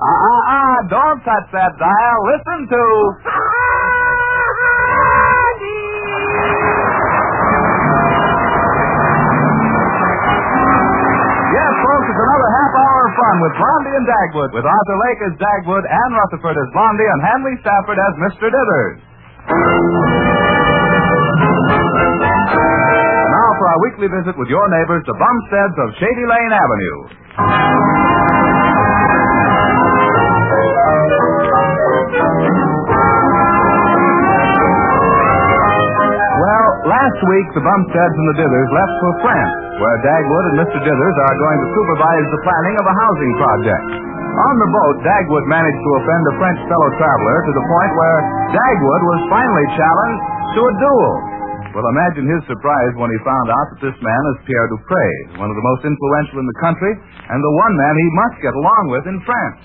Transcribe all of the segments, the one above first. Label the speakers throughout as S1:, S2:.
S1: Ah, ah, ah, don't touch that dial. Listen to. Yes, folks, it's another half hour of fun with Blondie and Dagwood, with Arthur Lake as Dagwood, Ann Rutherford as Blondie, and Hanley Stafford as Mr. Dithers. And now for our weekly visit with your neighbors, the Bumsteads of Shady Lane Avenue. Well, last week the Bumsteads and the Dithers left for France, where Dagwood and Mr. Dithers are going to supervise the planning of a housing project. On the boat, Dagwood managed to offend a French fellow traveler to the point where Dagwood was finally challenged to a duel. Well, imagine his surprise when he found out that this man is Pierre Dupre, one of the most influential in the country, and the one man he must get along with in France.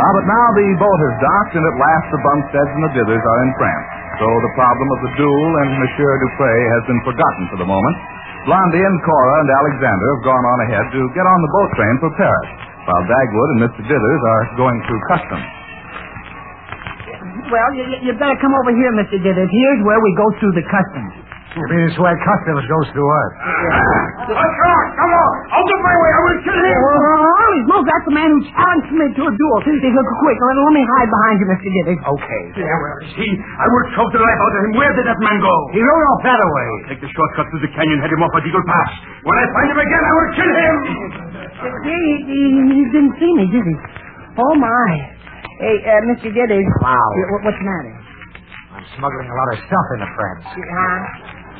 S1: Ah, but now the boat has docked, and at last the Bumsteads and the Dithers are in France. So the problem of the duel and Monsieur Dupre has been forgotten for the moment. Blondie and Cora and Alexander have gone on ahead to get on the boat train for Paris, while Dagwood and Mr. Dithers are going through customs.
S2: Well, you, you better come over here, Mr. Dithers. Here's where we go through the customs.
S3: You mean it's where customs goes through us?
S4: What's wrong? Come on. Open my way. I will kill him.
S2: Oh, he's most that's the man who challenged me to a duel. He's look quick. Let, let me hide behind you, Mr. Dithers.
S3: Okay.
S4: There, where is he? I will choke the life out of him. Where did that man go?
S3: He rode off that way.
S4: Take the shortcut through the canyon, head him off at Eagle Pass. When I find him again, I will kill him.
S2: He, he, he didn't see me, did he? Oh, my. Hey, uh, Mr. Dithers.
S3: Wow.
S2: Yeah, what- what's the matter?
S3: I'm smuggling a lot of stuff into France.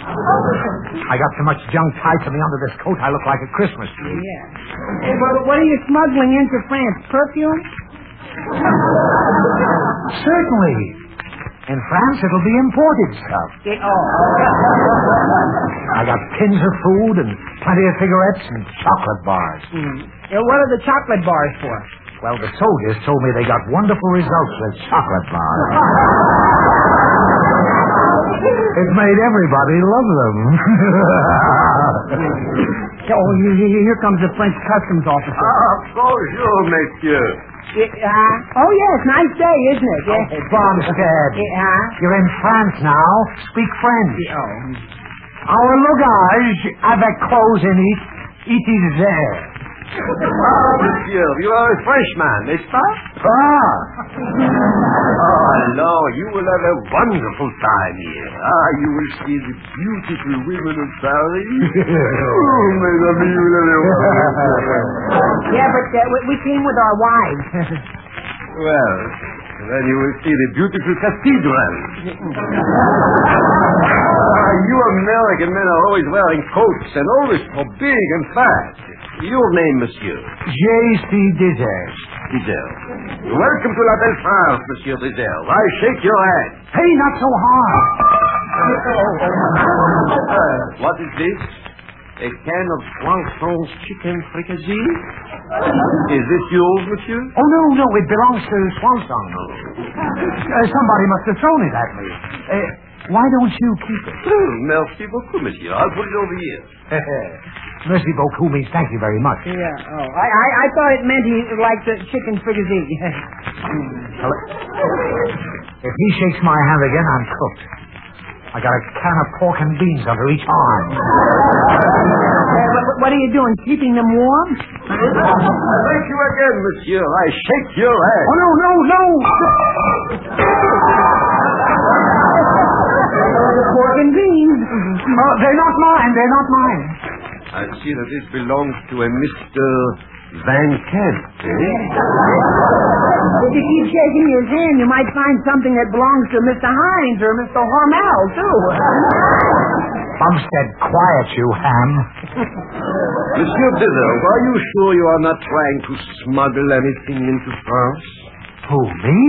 S2: Uh,
S3: I got so much junk tied to me under this coat, I look like a Christmas tree.
S2: yeah. Hey, what, what are you smuggling into France? Perfume?
S3: Certainly. In France, it'll be imported stuff.
S2: Yeah, oh.
S3: I got tins of food and plenty of cigarettes and chocolate bars.
S2: Hmm. Yeah, what are the chocolate bars for?
S3: Well, the soldiers told me they got wonderful results with chocolate bars. it made everybody love them.
S2: Oh, you- you- here comes the French customs officer.
S3: Oh,
S4: bonjour, monsieur.
S2: Yeah, uh, oh, yes. Nice day, isn't it? Yeah.
S3: hey, Bonstead,
S2: Yeah, huh?
S3: you're in France now. Speak French. Our luggage avec clothes in it, it is there.
S4: Ah, monsieur, you are a Frenchman, n'est-ce pas?
S3: Ah,
S4: Oh, no, you will have a wonderful time here. Ah, you will see the beautiful women of Paris. oh, mes amis, you will have a wonderful time.
S2: Yeah, but uh, we, we came with our wives.
S4: Well, then you will see the beautiful cathedral. Ah, you American men are always wearing coats and always so big and fat. Your name, monsieur?
S3: J.C. Dizers.
S4: Dizel. Welcome to La Belle France, monsieur Dizel. I shake your hand.
S3: Hey, not so hard.
S4: What is this? A can of Poisson's chicken fricassee? Is this yours, monsieur?
S3: Oh, no, no, it belongs to Swanson. Uh, somebody must have thrown it at me. Uh, why don't you keep it?
S4: Oh, merci beaucoup, monsieur. I'll put it over here.
S3: Mercy beaucoup means thank you very much.
S2: Yeah. Oh, I, I, I thought it meant he liked the chicken Uh, fricassee.
S3: If he shakes my hand again, I'm cooked. I got a can of pork and beans under each arm.
S2: Uh, what, what are you doing? Keeping them warm?
S4: Thank you again, monsieur. I shake your hand.
S3: Oh, no, no, no!
S2: Pork and beans.
S3: No, Mm-hmm. Oh, they're not mine, they're not mine.
S4: I see that it belongs to a Mr. Van Kent. Eh?
S2: If you keep shaking his hand, you might find something that belongs to Mr. Hines or Mr. Hormel, too.
S3: Bumstead, quiet you, ham.
S4: Monsieur Biddle, are you sure you are not trying to smuggle anything into France?
S3: Who, me?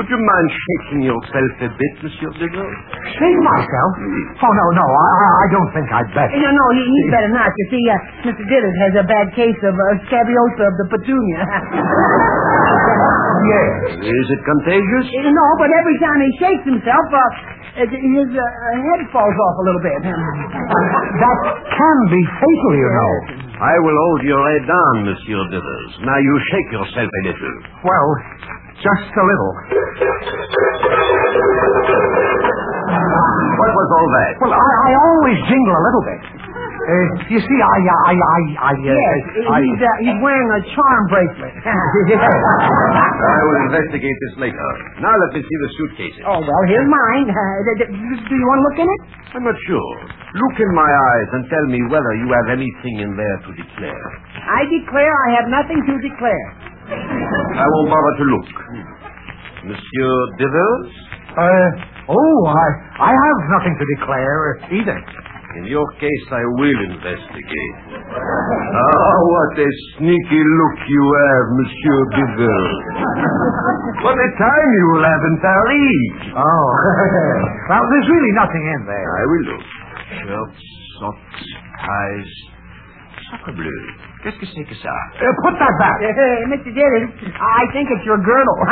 S1: Would you mind shaking yourself a bit, Monsieur Degrelle?
S3: Shake myself? Oh, no, no, I, I- I don't think I'd better.
S2: No, no, he, he'd better not. You see, uh, Mr. Dillard has a bad case of uh, scabiosa of the petunia.
S3: Yes.
S1: Is it contagious?
S2: no, but every time he shakes himself, uh, his uh, head falls off a little bit.
S3: That can be fatal, you know.
S1: I will hold your head down, Monsieur Dithers. Now you shake yourself a little.
S3: Well, just a little.
S1: What was all that?
S3: Well, I, I always jingle a little bit. Uh, you see, I, I, I, I, uh,
S2: Yes,
S3: I,
S2: he's, uh, he's wearing a charm bracelet.
S1: I will investigate this later. Now let me see the suitcases.
S2: oh, well, here's mine. Uh, d- d- do you want to look in it?
S1: I'm not sure. Look in my eyes and tell me whether you have anything in there to declare.
S2: I declare I have nothing to declare.
S1: I won't bother to look. Monsieur Dithers,
S3: uh, oh, I, I have nothing to declare uh, either.
S1: in your case, I will investigate. Ah, what a sneaky look you have, Monsieur Dithers. What a time you will have in Paris.
S3: Oh. well, there's really nothing in there.
S1: Ah, I will look. Shirts, socks, ties. Sacre bleu. Qu'est-ce que c'est que ça?
S3: Uh, put that back.
S2: Hey, Mr. Dillard, eh, I think it's your girdle.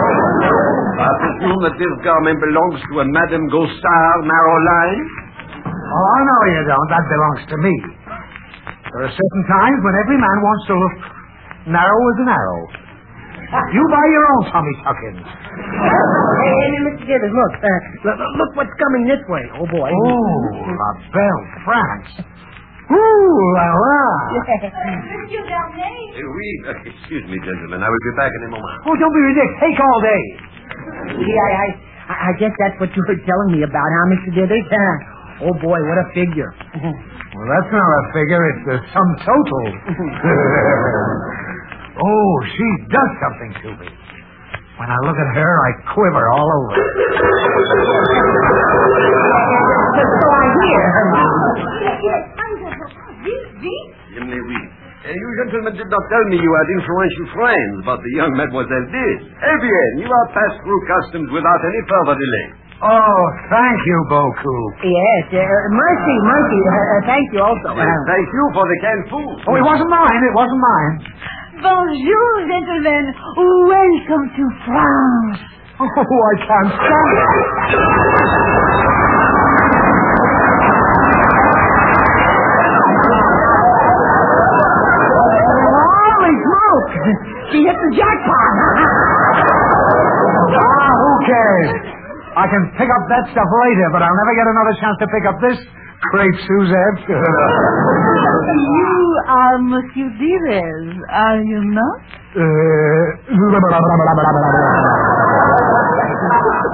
S1: I presume that this garment belongs to a Madame Gostar Maroline.
S3: Oh, no, you don't. That belongs to me. There are certain times when every man wants to look narrow as an arrow. You buy your own Tommy Tuckins.
S2: hey, hey, Mr. Dillard, look, uh, look. Look what's coming this way. Oh, boy.
S3: Oh, la belle France. Ooh, la la.
S5: Monsieur Darnay,
S1: Eh oui, excuse me, gentlemen. I will be back in a moment.
S3: Oh, don't be ridiculous. Take all day.
S2: Yeah, I, I, I guess that's what you were telling me about, huh, Mr. Dithers? oh, boy, what a figure.
S3: Well, that's not a figure. It's the sum total. oh, she does something to me. When I look at her, I quiver all over.
S2: so I hear.
S5: il est, il est under the Vite, vite.
S1: Dimly oui. Eh, you gentlemen did not tell me you had influential friends, but the young mademoiselle did. Eh bien, you are passed through customs without any further delay.
S3: Oh, thank you, Boku.
S2: Yes, uh, mercy, mercy. Uh, uh, thank you also.
S1: And thank you for the canned food.
S3: Oh, it wasn't mine. It wasn't mine.
S5: Bonjour, gentlemen. Welcome to France.
S3: Oh, I can't stand it.
S2: holy smoke! She hit the jackpot.
S3: Ah, who cares? I can pick up that stuff later, but I'll never get another chance to pick up this crepe Suzette. uh,
S5: You
S2: Uh,
S5: are Monsieur Direz, are you not?
S2: Uh,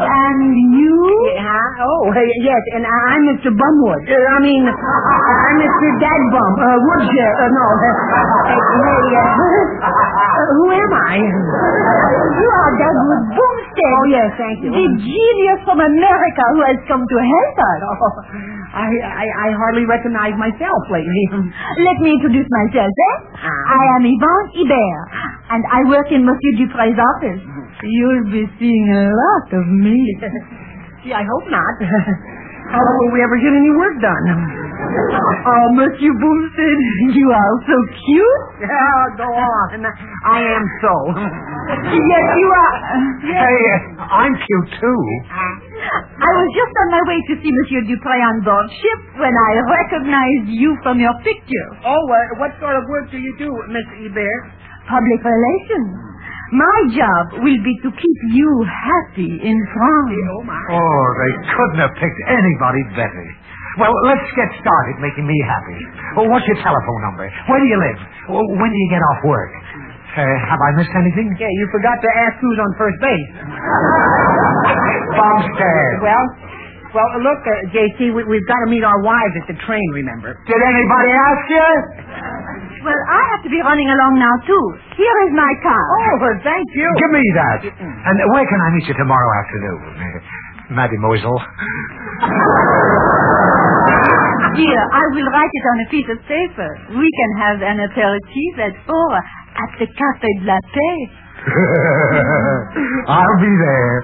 S5: And you?
S2: Huh? Oh, hey, yes, and I- I'm Mr. Bumwood. Uh, I mean, I'm Mr. Dagbum. Uh, Woodshare. Uh, no. Uh, hey, uh, uh, who am I?
S5: You are Dagwood Boomstead.
S2: Oh, yes, thank you.
S5: The genius from America who has come to help us.
S2: Oh, I, I, I hardly recognize myself lately. Ah.
S5: Let me introduce myself, eh? I am Yvonne Ibert, and I work in Monsieur Duprey's office. You'll be seeing a lot of me.
S2: Gee, I hope not. How will we ever get any work done?
S5: Oh, Monsieur Boomstead, you are so cute.
S2: Oh, go on. I am so.
S5: Yes, you are.
S3: hey, uh, I'm cute too.
S5: I was just on my way to see Monsieur Duprey on board ship when I recognized you from your picture.
S2: Oh, uh, what sort of work do you do, Mr. Ebert?
S5: Public relations. My job will be to keep you happy in France.
S2: Oh, my.
S3: Oh, they couldn't have picked anybody better. Well, let's get started making me happy. Oh, what's your telephone number? Where do you live? Oh, when do you get off work? Uh, have I missed anything?
S2: Yeah, you forgot to ask who's on first base.
S3: Bombstead.
S2: Well, well, look, uh, J.C., we, we've got to meet our wives at the train, remember?
S3: Did anybody ask you?
S5: Well, I have to be running along now, too. Here is my car.
S2: Oh, well, thank you.
S3: Give me that. And where can I meet you tomorrow afternoon, uh, Mademoiselle?
S5: Dear, I will write it on a piece of paper. We can have an aperitif at four at the Café de la Paix.
S3: I'll be there.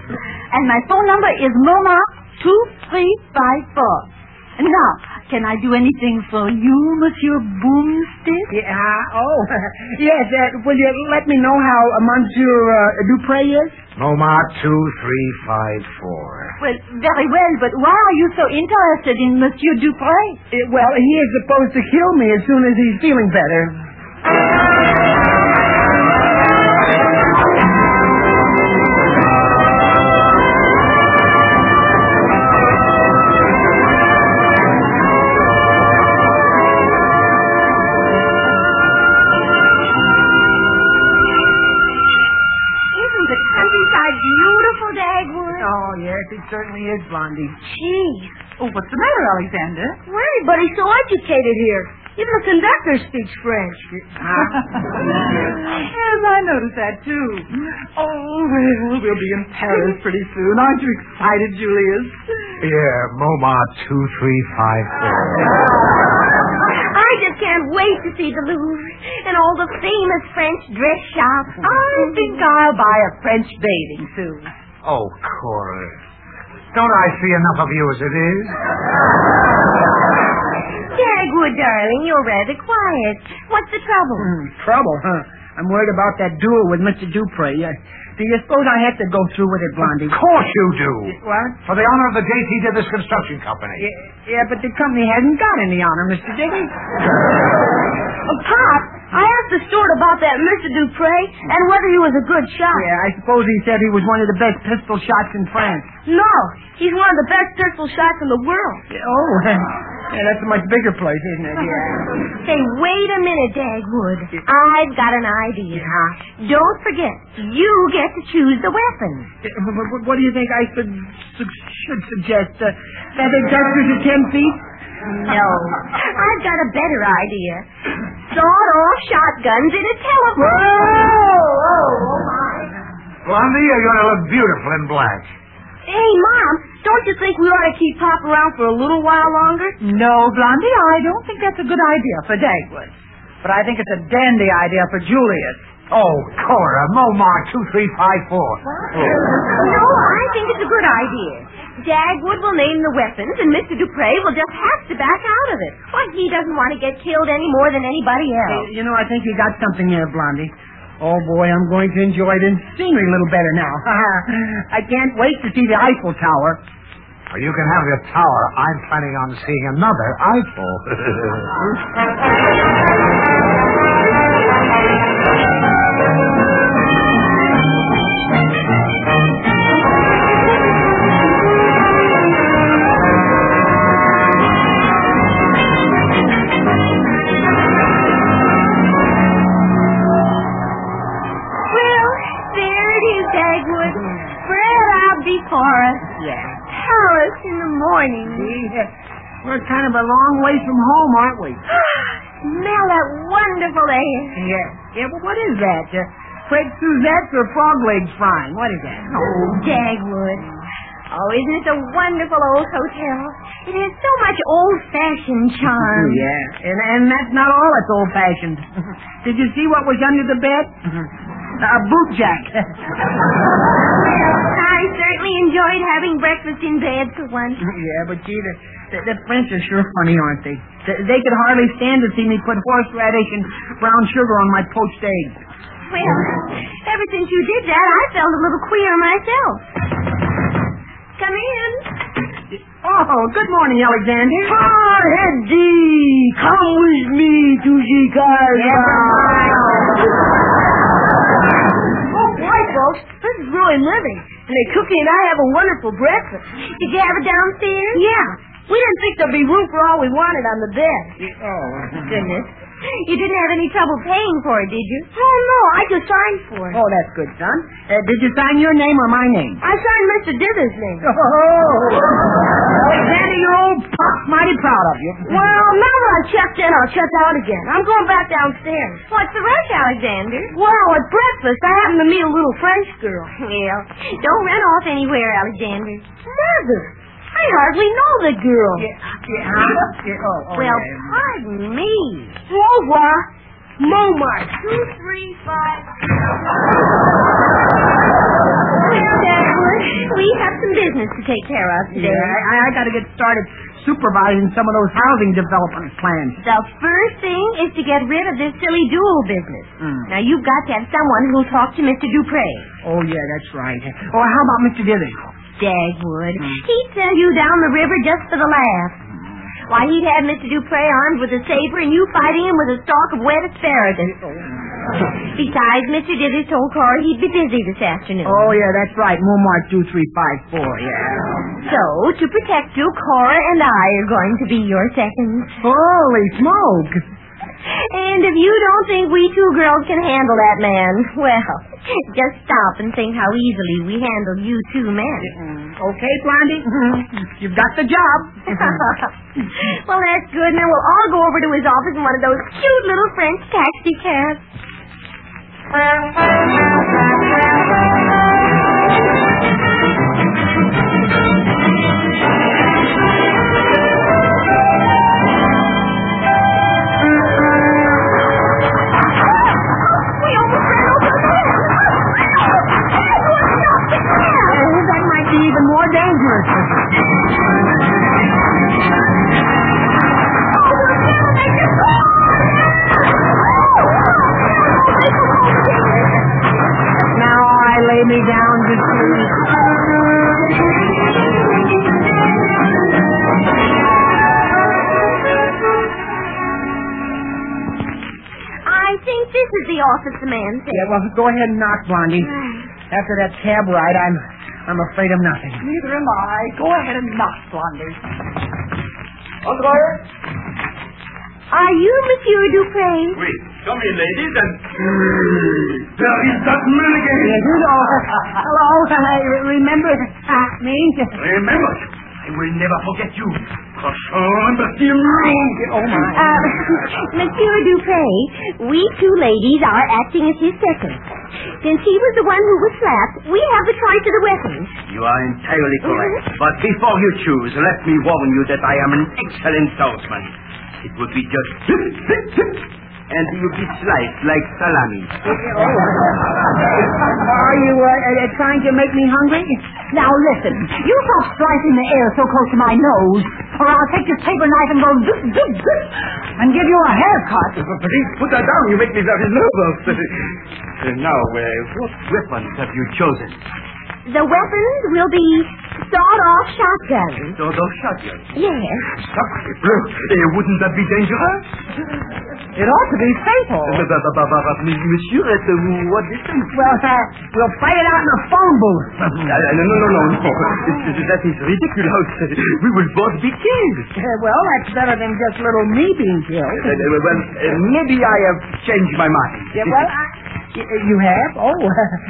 S6: And my phone number is MoMA2354. Now, can I do anything for you, Monsieur Boomstick?
S2: Yeah, uh, oh, yes. Uh, will you let me know how uh, Monsieur uh, Dupre is?
S3: Moma two three five four.
S6: Well, very well, but why are you so interested in Monsieur Dupre?
S5: Eh,
S2: Uh, well, he is supposed to kill me as soon as he's feeling better.
S5: Isn't the countryside beautiful, Dagwood?
S2: Oh, yes, it certainly is, Blondie.
S5: Gee,
S6: Oh, what's the matter, Alexander?
S5: well, everybody's so educated here. Even the conductor speaks French.
S6: Yes, I noticed that too. Oh, well, we'll be in Paris pretty soon. Aren't you excited, Julius?
S3: Yeah, Moma two three five four.
S5: I just can't wait to see the Louvre and all the famous French dress shops.
S6: I think I'll buy a French bathing suit.
S3: Oh, Cora. Don't I see enough of you as it is?
S5: Dagwood, darling, you're rather quiet. What's the trouble?
S2: Hmm, trouble, huh? I'm worried about that duel with Mr. Dupre. Uh, do you suppose I have to go through with it, Blondie?
S3: Of course you do.
S2: What?
S3: For the honor of the JT to this construction company.
S2: Yeah, yeah, but the company hasn't got any honor, Mr. Digby.
S5: Oh, Pop, I asked the steward about that Mr. Dupre and whether he was a good shot.
S2: Yeah, I suppose he said he was one of the best pistol shots in France.
S5: No, he's one of the best pistol shots in the world.
S2: Yeah, oh, yeah, that's a much bigger place, isn't it? Yeah.
S5: Say, wait a minute, Dagwood. I've got an idea. Don't forget, you get to choose the weapon.
S2: Wh- wh- What do you think I should, su- should suggest? Uh, that the duster's at ten feet?
S5: No, I've got a better idea. Sawed-off shotguns in a telephone.
S3: Blondie, you're going to look beautiful in black.
S5: Hey, Mom, don't you think we ought to keep Pop around for a little while longer?
S6: No, Blondie, I don't think that's a good idea for Dagwood. But I think it's a dandy idea for Julius.
S3: Oh, Cora, Moma two three five four.
S5: No, I think it's a good idea. Dagwood will name the weapons, and Mr. Dupre will just have to back out of it. Why, he doesn't want to get killed any more than anybody else.
S2: You know, I think you got something here, Blondie. Oh boy, I'm going to enjoy this scenery a little better now. I can't wait to see the Eiffel Tower.
S3: Well, you can have your tower. I'm planning on seeing another Eiffel.
S5: Well, there it is, Dagwood. Spread out before us.
S2: Yeah.
S5: Paris in the morning.
S2: We're kind of a long way from home, aren't we?
S5: Smell that wonderful air.
S2: Yeah. Yeah, but what is that? Uh, Crepe Suzette or frog legs frying? What is that?
S5: Oh, Dagwood. Oh, isn't it a wonderful old hotel? It has so much old-fashioned charm.
S2: yeah. Um, And, and that's not all. It's old fashioned.
S5: Mm-hmm.
S2: Did you see what was under the bed? A boot jack.
S5: I certainly enjoyed having breakfast in bed for once.
S2: yeah, but gee, the, the, the French are sure funny, aren't they? they? They could hardly stand to see me put horseradish and brown sugar on my poached eggs.
S5: Well, ever since you did that, I felt a little queer myself. Come in.
S2: Oh, good morning, Alexander.
S6: Eddie, come with me to the car.
S5: Oh, boy, folks, this is really living. And the cookie and I have a wonderful breakfast. Did you have it downstairs? Yeah. We didn't think there'd be room for all we wanted on the bed.
S2: Oh,
S5: Goodness. You didn't have any trouble paying for it, did you? Oh, no. I just signed for it.
S2: oh, that's good, son. Uh, did you sign your name or my name?
S5: I signed Mr. Dither's name.
S2: Oh, Alexander, your old pop's mighty proud of you.
S5: Well, now that I checked in, I'll check out again. I'm going back downstairs. What's the rush, Alexander? Well, at breakfast, I happened to meet a little French girl. Yeah. Don't run off anywhere, Alexander. Mother, I hardly know the girl.
S2: Yeah, yeah, yeah, oh, oh,
S5: Well,
S2: yeah.
S5: pardon me. Au revoir. Momart, 2352. Well, Dagwood, we have some business to take care of
S2: Yeah,
S5: today.
S2: I, I got to get started supervising some of those housing development plans.
S5: The first thing is to get rid of this silly duel business.
S2: Mm.
S5: Now, you've got to have someone who'll talk to Mr. Dupre.
S2: Oh, yeah, that's right. Oh, how about Mr. Dithers?
S5: Dagwood. He'd sell you down the river just for the laugh. Why, he'd have Mr. Dupre armed with a saber and you fighting him with a stalk of wet asparagus. Besides, Mr. Dithers told Cora he'd be busy this afternoon.
S2: Oh, yeah, that's right. Moonmark 2354, yeah.
S5: So, to protect you, Cora and I are going to be your seconds.
S2: Holy smoke!
S5: And if you don't think we two girls can handle that man, well, just stop and think how easily we handle you two men.
S2: Okay, Blondie, you've got the job.
S5: Mm-hmm. well, that's good. Now we'll all go over to his office in one of those cute little French taxi cabs. Oh,
S2: That might be even more dangerous. Now
S5: Oh,
S2: I lay me down to sleep.
S5: I think this is the office the man said.
S2: Yeah, well, go ahead and knock, Blondie. After that cab ride, I'm I'm afraid of nothing.
S7: Neither am I. Go ahead and knock, Blondie.
S5: Are you Monsieur Dupre?
S4: Oui. Come in, ladies, and... There is that man again.
S2: You know, hello, I remember uh, me?
S4: Remember, I will never forget you. Cochon, but the Oh, my.
S5: Uh, Monsieur Dupre, we two ladies are acting as his seconds. Since he was the one who was slapped, we have the choice of the weapons.
S4: You are entirely correct. But before you choose, let me warn you that I am an excellent swordsman. It would be just... And you'd be sliced like salami.
S2: Are you uh, uh, trying to make me hungry?
S7: Now listen, you stop slicing the air so close to my nose, or I'll take this paper knife and go zip, zip, zip, and give you a haircut.
S4: Please put that down. You make me very nervous. And now, uh, what weapons have you chosen?
S5: The weapons will be sawed-off shotguns.
S4: Those of shotguns.
S5: Yes.
S4: Sacrebleu. Eh, Wouldn't that be dangerous?
S2: It ought to be fatal.
S4: But- but- but- but- but, Monsieur, at uh, what distance?
S2: Well, uh, we'll fight it out in the phone booth.
S4: Uh, No, no, no, no, no. That is ridiculous. We will both be killed.
S2: Uh, well, that's better than just little me being killed.
S4: Uh, uh, well, uh, maybe I have changed my mind.
S2: Yeah, well, I, y- you have? Oh,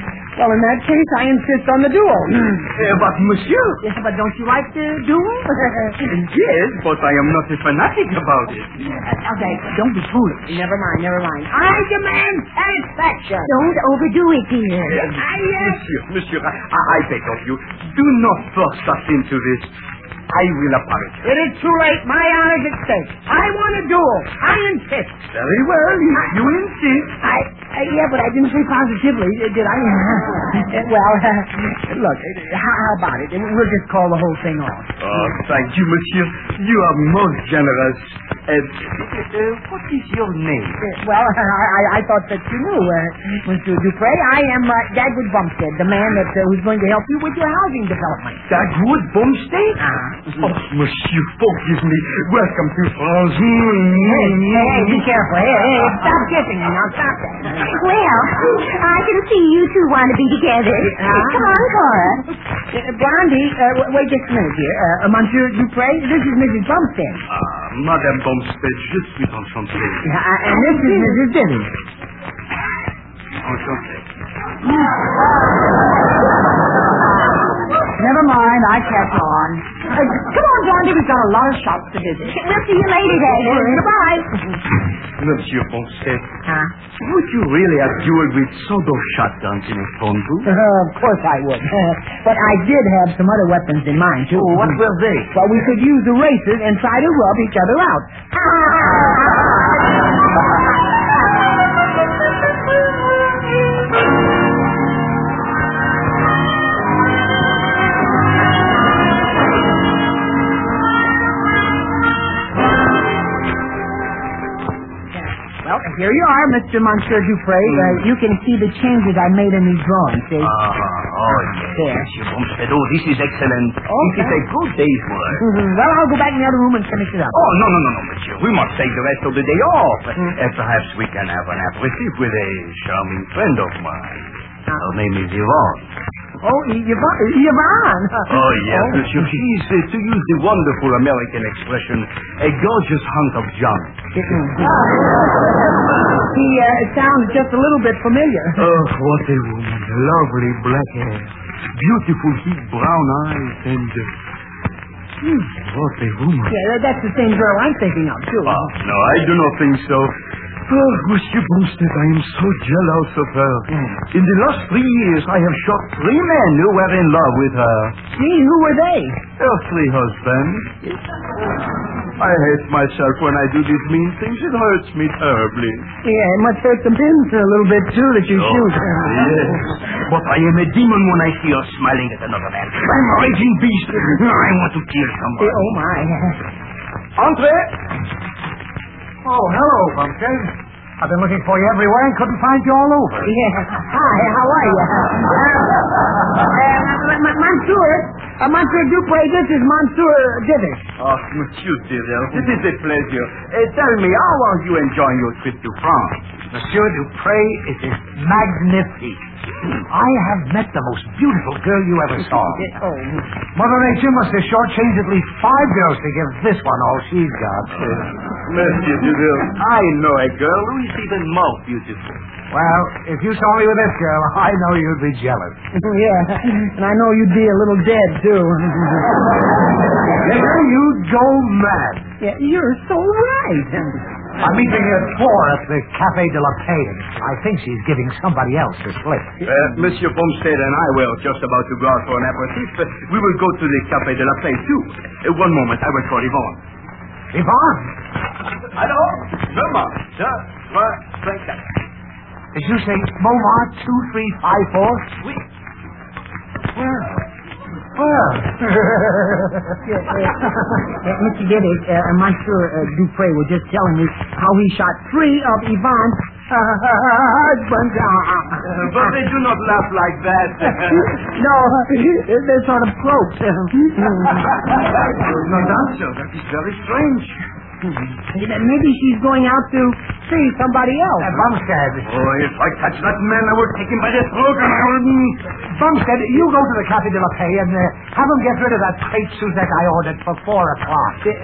S2: well, in that case, I insist on the duel.
S4: Uh, but Monsieur,
S2: Yeah, but don't you like the duel? Uh,
S4: yes, but I am not a fanatic about it.
S7: Now, Dave, don't be foolish.
S2: never mind, never mind. I demand satisfaction.
S5: Don't overdo it, dear.
S4: Uh, Monsieur, Monsieur, I, I beg of you, do not force us into this. I will apologize.
S2: It is too late. My honor's at stake. I want a duel. I insist.
S4: Very well, if you insist.
S2: I, uh, yeah, but I didn't say positively, uh, did I? Uh, well, uh, look, uh, how how about it? We'll just call the whole thing off.
S4: Oh, thank you, Monsieur. You are most generous. Uh, uh, what is your name?
S2: Uh, Well, I, I, I thought that you knew, uh, Mr. Dupre. I am uh, Dagwood Bumstead, the man that uh, who's going to help you with your housing development.
S4: Dagwood Bumstead?
S2: Uh-huh.
S4: Oh, Monsieur, forgive me. Welcome to France.
S2: Hey,
S4: Mm.
S2: hey, hey, be careful. Hey, hey, stop kissing me. Now, stop that.
S5: Well, I can see you two want to be together. Come on, Cora.
S2: Uh, Blondie, uh, w- wait just a minute here. Uh, uh, Monsieur Dupre, this is Mrs. Bumstead.
S4: Ah, Madame Bumstead, je suis enchanté.
S2: Uh, and this is Mrs. Denny.
S4: Enchanté.
S7: Never mind, I catch on. Uh, come on, Blondie, we've got a lot of shops to visit.
S5: We'll see you later, Dagwood. Goodbye.
S4: Monsieur Bumstead, would you really have duel with sawed off shotguns in a phone booth?
S2: Uh, of course I would. but I did have some other weapons in mind, too.
S4: Oh, what were they?
S2: Well, we could use erasers and try to rub each other out. Here you are, Mr. Monsieur Dupre.
S4: Hmm.
S2: Uh, you can see the changes I made in these drawings, see?
S4: oh, yes,
S2: There.
S4: yes, Monsieur Pompidou, this is excellent. This is a good day's work.
S2: Mhm. Well, I'll go back in the other room and finish it up.
S4: Oh, no, no, no, no, monsieur. We must take the rest of the day off. And perhaps we can have an aperitif with a charming friend of mine. Her name is Yvonne.
S2: Oh, Y- Yvonne. Yvonne.
S4: Oh, yes, monsieur. She is, uh, to use the wonderful American expression, a gorgeous hunk of junk.
S2: Oh. He uh, sounds just a little bit familiar.
S4: Oh, what a woman. Lovely black hair, beautiful deep brown eyes, and... Uh, hmm, what a woman.
S2: Yeah, that- that's the same girl I'm thinking of, too.
S4: Ah, no, I do not think so. Oh, Monsieur Bumstead, I am so jealous of her. In the last three years, I have shot three men who were in love with her.
S2: Gee, who were they?
S4: Earthly husband. I hate myself when I do these mean things. It hurts me terribly.
S2: Yeah, it must hurt the pins a little bit, too, that you shoot.
S4: Oh, Yes. But I am a demon when I see her smiling at another man. I'm a raging beast. I want to kill
S2: Eh,
S4: someone.
S2: Oh, my.
S4: Entrez.
S3: Oh, hello, Bumpkin. I've been looking for you everywhere and couldn't find you all over.
S2: Yeah. Hi, how are you? Uh, uh, M- Monsieur, uh, Monsieur Dupre, this is Monsieur Dithers.
S4: Oh, monsieur dear, it is a pleasure. Eh,
S2: uh,
S4: tell me, how are you enjoying your trip to France?
S3: Monsieur Dupre, it is magnifique. I have met the most beautiful girl you ever saw.
S2: Oh,
S3: Mother Nature must have shortchanged at least five girls to give this one all she's got.
S4: Monsieur dear, I know a girl who is even more beautiful.
S3: Well, if you saw me with this girl, I know you'd be jealous.
S2: yeah. And I know you'd be a little dead, too.
S3: Then you'd go mad.
S2: yeah, you're so right.
S3: I'm meeting her at four at the Cafe de la Paix. I think she's giving somebody else a slip.
S4: Uh, Monsieur Bumstead and I were just about to go out for an aperitif, but we will go to the Café de la Paix, too. Uh, one moment, I will call Yvonne.
S3: Yvonne,
S4: Hello? Number? Sir?
S3: did you say Momar 2354? Oui. Well, well.
S2: Yeah, yeah. Uh, Mr. Dithers, uh, uh, Monsieur uh, Dupre was just telling me how he shot three of Yvonne's uh, husbands.
S4: But they do not laugh like that.
S2: no, they're sort of close. Mm-hmm.
S4: no doubt, sir. That is very strange.
S2: Maybe she's going out to see somebody else.
S3: Uh, Bumstead,
S4: Oh, if I catch that man, I will take him by the throat and I will...
S3: Bumstead, you go to the Cafe de la Paix and uh, have them get rid of that plate Suzette I ordered for four o'clock.
S2: Uh,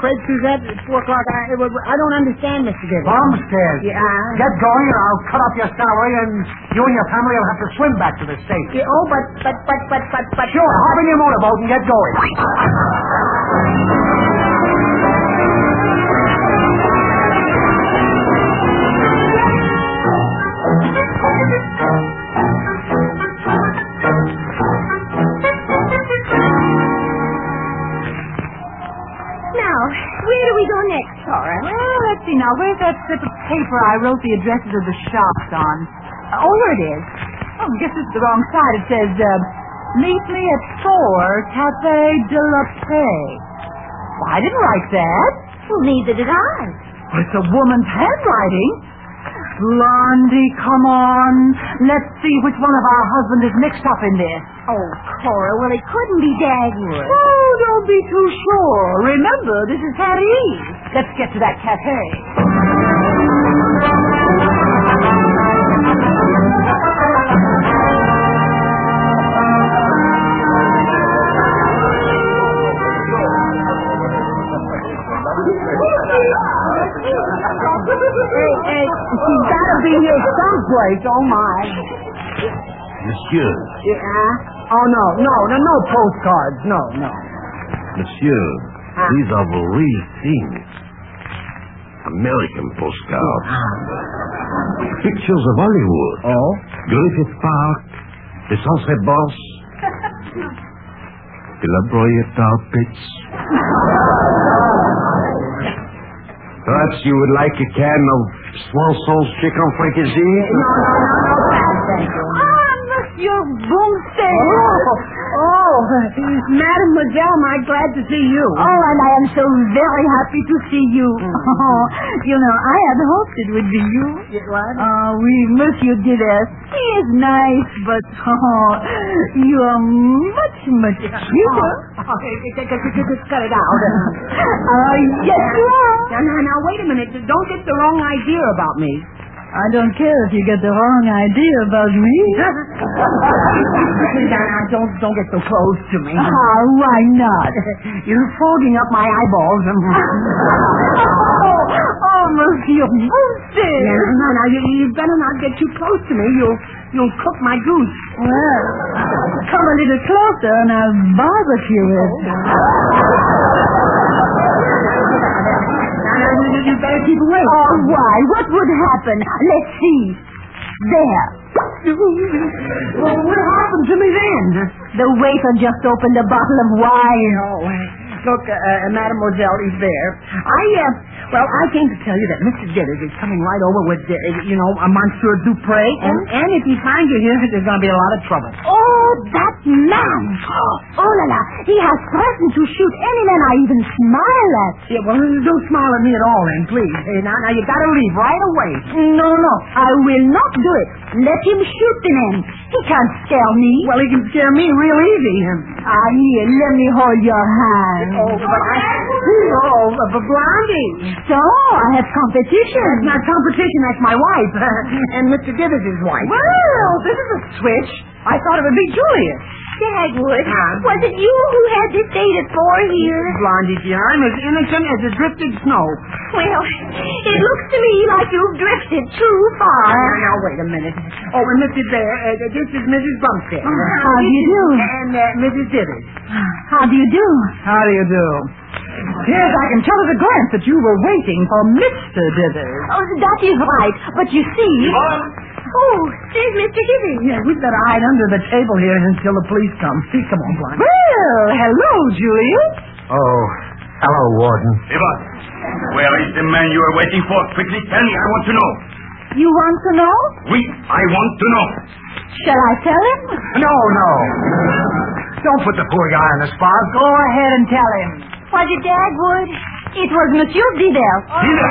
S2: Craig Suzette, it's four o'clock. I, I don't understand, Mr. Gibbons.
S3: Bumstead,
S2: Yeah.
S3: get going or I'll cut off your salary and you and your family will have to swim back to the States.
S2: Yeah, oh, but, but, but, but, but, but.
S3: Sure, hop in your motorboat and get going.
S5: Now, where do we go next, Cora?
S6: Well, let's see now. Where's that slip of paper I wrote the addresses of the shops on? Uh, oh, here it is. Oh, I guess it's the wrong side. It says, uh, meet me at four, Cafe de la Paix. Well, I didn't write that.
S5: Well, neither did I.
S6: Well, it's a woman's handwriting. Blondie, come on. Let's see which one of our husbands is mixed up in this.
S5: Oh, Cora, well, it couldn't be Dagwood.
S6: Oh, don't be too sure. Remember, this is Hattie Eve. Let's get to that cafe.
S2: Hey, she's got to be here someplace. Oh, my.
S4: Monsieur,
S2: Yeah. Oh, no, no, no, no postcards. No, no.
S4: monsieur, these are the real things. American postcards. Pictures of Hollywood.
S2: Oh?
S4: Griffith Park, the Sunset Boss, the La Brea Tar Pits. Perhaps you would like a can of Swan Soul's chicken fricassee?
S2: No, no, no, no. Thank you.
S6: Ah, Monsieur Bumstead.
S2: Oh, oh, Oh, Mademoiselle, am I glad to see you. Mm.
S7: Oh, and I am so very happy to see you. Oh, you know, I had hoped it would be you.
S2: It was?
S7: Oh, we miss you, dearest. He is nice, but oh, you are much, much cuter.
S2: Oh, cut it out.
S7: Oh, yes, you are.
S2: now, now, now, wait a minute. Don't get the wrong idea about me.
S7: I don't care if you get the wrong idea about me.
S2: now, now, don't, don't get so close to me.
S7: Ah, why not?
S2: You're fogging up my eyeballs.
S7: oh, oh, Monsieur Monster.
S2: Yeah, no, no, no, you, you better not get too close to me. You'll, you'll cook my goose.
S7: Well, come a little closer and I'll barbecue it.
S2: Oh. Now, now, you, you- you better keep away.
S7: Oh, why? What would happen? Let's see. There.
S2: well, what happened to me then?
S7: The waiter just opened a bottle of wine.
S2: Oh, look, uh, uh, Mademoiselle is there. I, uh, well, I came to tell you that Mr. Ditters is coming right over with, uh, you know, uh, Monsieur Dupre. And,
S7: Mm-hmm.
S2: and if he finds you here, there's going to be a lot of trouble.
S7: Oh, that man! Oh, la la! He has threatened to shoot any man I even smile at.
S2: Yeah, well, don't smile at me at all, then, please. Hey, now, now, you got to leave right away.
S7: No, no, I will not do it. Let him shoot the man. He can't scare me.
S2: Well, he can scare me real easy.
S7: Ah, here, let me hold your hand.
S2: Oh, but I... Oh, but Blondie.
S7: So, I have competition.
S2: That's not competition, that's my wife. and Mr. Dithers' wife.
S7: Well, this is a switch. I thought it would be Julius.
S5: Dagwood,
S2: Huh?
S5: was it you who had this date at four here?
S2: Ah. Blondie, dear, I'm as innocent as the drifted snow.
S5: Well, it looks to me like you've drifted too
S2: Now,
S5: far.
S2: now, now, wait a minute. Oh, and Mr. Dare, uh, this is Mrs. Bumstead.
S7: How do you do?
S2: And uh, Mrs. Dithers.
S7: How do you do?
S2: How do you do?
S7: Yes, I can tell at a glance that you were waiting for Mr. Dithers. Oh, that is right. But you see...
S5: Oh, there's Mr. Gibbons.
S2: Yeah, we'd better hide under the table here until the police come. Come on, Blondie.
S7: Well, hello, Julius.
S3: Oh, hello, Warden.
S4: Ivan, where is the man you are waiting for? Quickly tell me, I want to know.
S7: You want to know?
S4: We, I want to know.
S7: Shall I tell him?
S3: No, no. Don't put the poor guy on the spot. Go ahead and tell him.
S7: Was it Dagwood? It was Monsieur Dithers.
S4: Peter.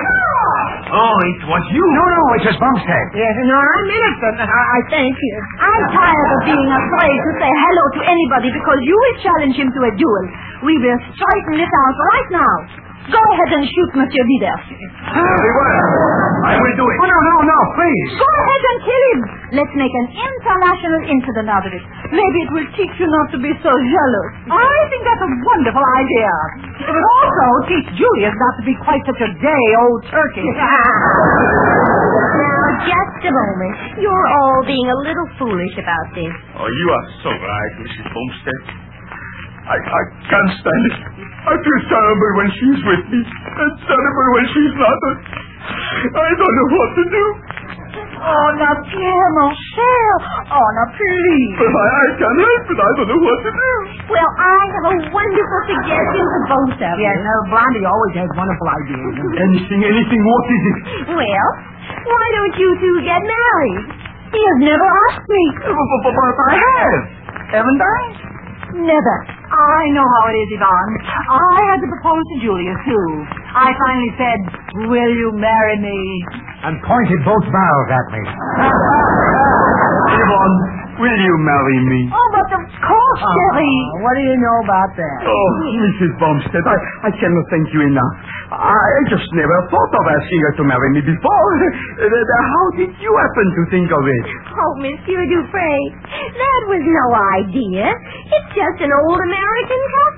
S4: Oh, it was you.
S3: No, no, it's just Bumstead.
S2: Yeah, no, I'm innocent, I, I think.
S7: I'm tired of being afraid to say hello to anybody because you will challenge him to a duel. We will straighten this out right now. Go ahead and shoot Monsieur Dithers.
S4: Ivan, I will do it.
S3: Oh, no, no, no, please.
S7: Go ahead and kill him. Let's make an international incident out of it. Maybe it will teach you not to be so jealous.
S6: I think that's a wonderful idea. It would also teach Julius not to be quite such a day old turkey.
S5: Now, just a moment. You're all being a little foolish about this.
S4: Oh, you are so right, Mrs. Bumstead. I, I can't stand it. I feel terrible when she's with me, and terrible when she's not. I don't know what to do.
S7: Oh, now, Pierre, mon cher. Oh, now, please.
S4: But I, I can't help it. I don't know what to do.
S5: Well, I have a wonderful suggestion for both of you.
S2: Yeah, no, Blondie always has wonderful ideas.
S4: Anything, anything. What is it?
S5: Well, why don't you two get married?
S7: He has never asked me.
S4: I have. Haven't I?
S7: Never.
S6: I know how it is, Yvonne. I had to propose to Julius, too. I finally said, Will you marry me?
S3: And pointed both barrels at me.
S4: Yvonne, will you marry me?
S7: Oh, but of course, Jerry.
S2: Oh, what do you know about that?
S4: Oh, Mrs. Bumstead, I, I cannot thank you enough. I just never thought of asking her to marry me before. Uh, How did you happen to think of it?
S5: Oh, Monsieur Dupre, that was no idea. It's just an old American